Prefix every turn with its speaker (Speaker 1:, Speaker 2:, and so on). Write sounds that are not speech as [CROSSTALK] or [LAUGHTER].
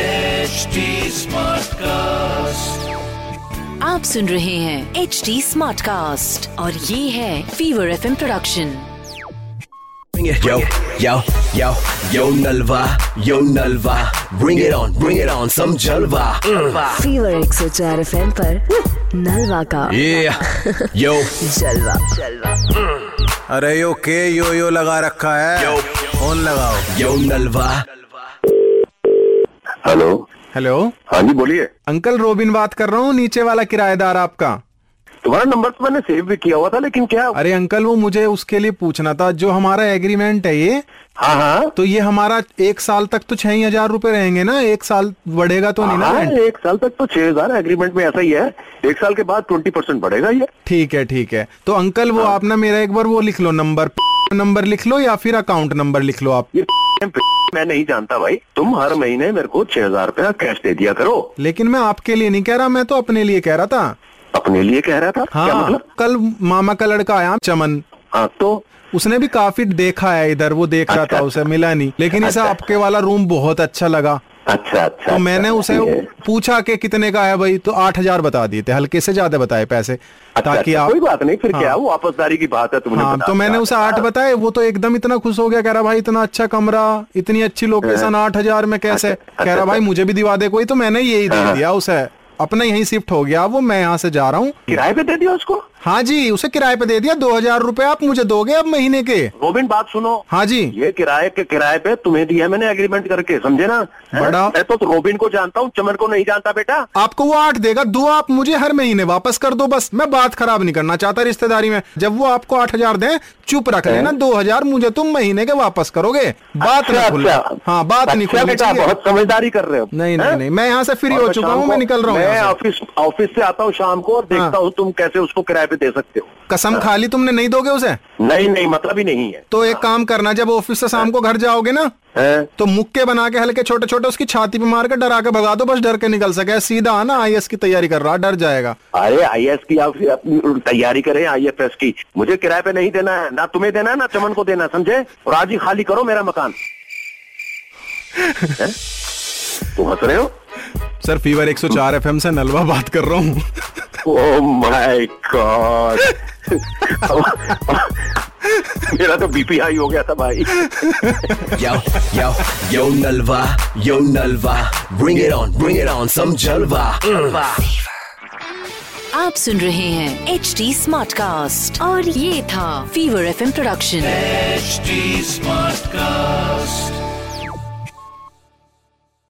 Speaker 1: HD Smartcast.
Speaker 2: आप सुन रहे हैं एच डी स्मार्ट कास्ट और ये है fever F production
Speaker 3: Bring it. Yo, yo, yo, yo Nalva, yo Nalva. Bring it on, bring it on, some Jalva. Mm.
Speaker 2: Fever एक सौ चार एफ एम नलवा का
Speaker 3: [LAUGHS] Yeah, yo,
Speaker 2: जलवा जलवा
Speaker 4: अरे यो के यो यो लगा रखा है
Speaker 3: Yo.
Speaker 4: फोन लगाओ
Speaker 3: yo Nalva.
Speaker 5: हेलो
Speaker 4: हेलो
Speaker 5: हाँ जी बोलिए
Speaker 4: अंकल रोबिन बात कर रहा हूँ नीचे वाला किराएदार आपका
Speaker 5: तुम्हारा नंबर तो मैंने सेव भी किया हुआ था लेकिन क्या
Speaker 4: अरे अंकल वो मुझे उसके लिए पूछना था जो हमारा एग्रीमेंट है ये
Speaker 5: हाँ हाँ
Speaker 4: तो ये हमारा एक साल तक तो छह ही हजार रूपए रहेंगे ना एक साल बढ़ेगा तो नहीं ना
Speaker 5: हाँ
Speaker 4: rent?
Speaker 5: एक साल तक तो छह हजार एग्रीमेंट में ऐसा ही है एक साल के बाद ट्वेंटी परसेंट बढ़ेगा ये
Speaker 4: ठीक है ठीक है तो अंकल
Speaker 5: हाँ।
Speaker 4: वो आप ना मेरा एक बार वो लिख लो नंबर नंबर लिख लो या फिर अकाउंट नंबर लिख लो आप
Speaker 5: ये [LAUGHS] मैं नहीं जानता भाई तुम हर महीने मेरे को छह हजार रूपया कैश दे दिया करो
Speaker 4: लेकिन मैं आपके लिए नहीं कह रहा मैं तो अपने लिए कह रहा था
Speaker 5: अपने लिए कह रहा था क्या
Speaker 4: हाँ
Speaker 5: मतलब
Speaker 4: कल मामा का लड़का आया चमन
Speaker 5: हाँ तो
Speaker 4: उसने भी काफी देखा है इधर वो देख रहा था उसे मिला नहीं लेकिन इसे
Speaker 5: अच्छा।
Speaker 4: आपके वाला रूम बहुत अच्छा लगा
Speaker 5: अच्छा अच्छा
Speaker 4: तो मैंने
Speaker 5: अच्छा,
Speaker 4: उसे
Speaker 5: ये-
Speaker 4: पूछा कि कितने का है भाई तो आठ हजार बता दिए थे हल्के से ज्यादा बताए पैसे
Speaker 5: अच्छा,
Speaker 4: ताकि
Speaker 5: अच्छा,
Speaker 4: आप
Speaker 5: कोई बात नहीं फिर
Speaker 4: हाँ।
Speaker 5: क्या वो वापसदारी की बात है तुमने अच्छा,
Speaker 4: हाँ
Speaker 5: बता
Speaker 4: तो मैंने
Speaker 5: दिया।
Speaker 4: उसे आठ बताए वो तो एकदम इतना खुश हो गया कह रहा भाई इतना अच्छा कमरा इतनी अच्छी लोकेशन आठ हजार में कैसे
Speaker 5: हाँ। अच्छा,
Speaker 4: कह रहा भाई मुझे भी दिवा दे कोई तो मैंने यही दे
Speaker 5: हाँ।
Speaker 4: दिया उसे अपना यही शिफ्ट हो गया वो मैं यहाँ से जा रहा हूँ
Speaker 5: किराए पे दे दिया उसको
Speaker 4: हाँ जी उसे किराए पे दे दिया दो हजार रूपए आप मुझे दोगे अब महीने के
Speaker 5: रोबिन बात सुनो
Speaker 4: हाँ जी
Speaker 5: ये किराए के किराए पे तुम्हें दिया है मैंने एग्रीमेंट करके समझे ना
Speaker 4: बड़ा-
Speaker 5: मैं तो रोबिन को जानता हूँ चमन को नहीं जानता बेटा
Speaker 4: आपको वो आठ देगा दो आप मुझे हर महीने वापस कर दो बस मैं बात खराब नहीं करना चाहता रिश्तेदारी में जब वो आपको आठ हजार दें चुप
Speaker 5: अच्छा।
Speaker 4: रख लेना दो हजार मुझे तुम महीने के वापस करोगे बात
Speaker 5: अच्छा,
Speaker 4: नहीं खुल
Speaker 5: अच्छा।
Speaker 4: हाँ बात नहीं
Speaker 5: अच्छा
Speaker 4: खुलनी
Speaker 5: बेटा
Speaker 4: चाहिए।
Speaker 5: बहुत समझदारी कर रहे हो
Speaker 4: नहीं
Speaker 5: हैं?
Speaker 4: नहीं नहीं मैं यहाँ से फ्री
Speaker 5: और
Speaker 4: हो चुका
Speaker 5: शाम
Speaker 4: हूँ मैं
Speaker 5: को-
Speaker 4: निकल रहा हूँ
Speaker 5: मैं
Speaker 4: यहाँ से।
Speaker 5: ऑफिस ऑफिस से आता हूँ शाम को और देखता
Speaker 4: हाँ।
Speaker 5: हूँ तुम कैसे उसको किराए पे दे सकते हो
Speaker 4: कसम खा ली तुमने नहीं दोगे उसे
Speaker 5: नहीं नहीं मतलब ही नहीं है
Speaker 4: तो एक काम करना जब ऑफिस से शाम को घर जाओगे ना
Speaker 5: हैं?
Speaker 4: तो मुक्के बना के हल्के छोटे छोटे उसकी छाती पे मार के डरा के भगा दो बस डर के निकल सके सीधा आना आई की तैयारी कर रहा डर जाएगा
Speaker 5: अरे आई की आप अपनी तैयारी करें आई की मुझे किराए पे नहीं देना है ना तुम्हें देना है ना चमन को देना है, समझे और आज ही खाली करो मेरा मकान हैं? तुम हंस रहे हो
Speaker 4: सर फीवर 104 एफएम से नलवा बात कर रहा हूँ
Speaker 5: Oh my
Speaker 4: [LAUGHS]
Speaker 5: god. मेरा तो बीपी हाई हो गया था भाई
Speaker 3: Yo, yo, yo Nalva, yo Nalva. Bring it on, bring it on, some Jalva. Mm.
Speaker 2: आप सुन रहे हैं एच डी स्मार्ट कास्ट और ये था fever F production
Speaker 1: HD Smartcast.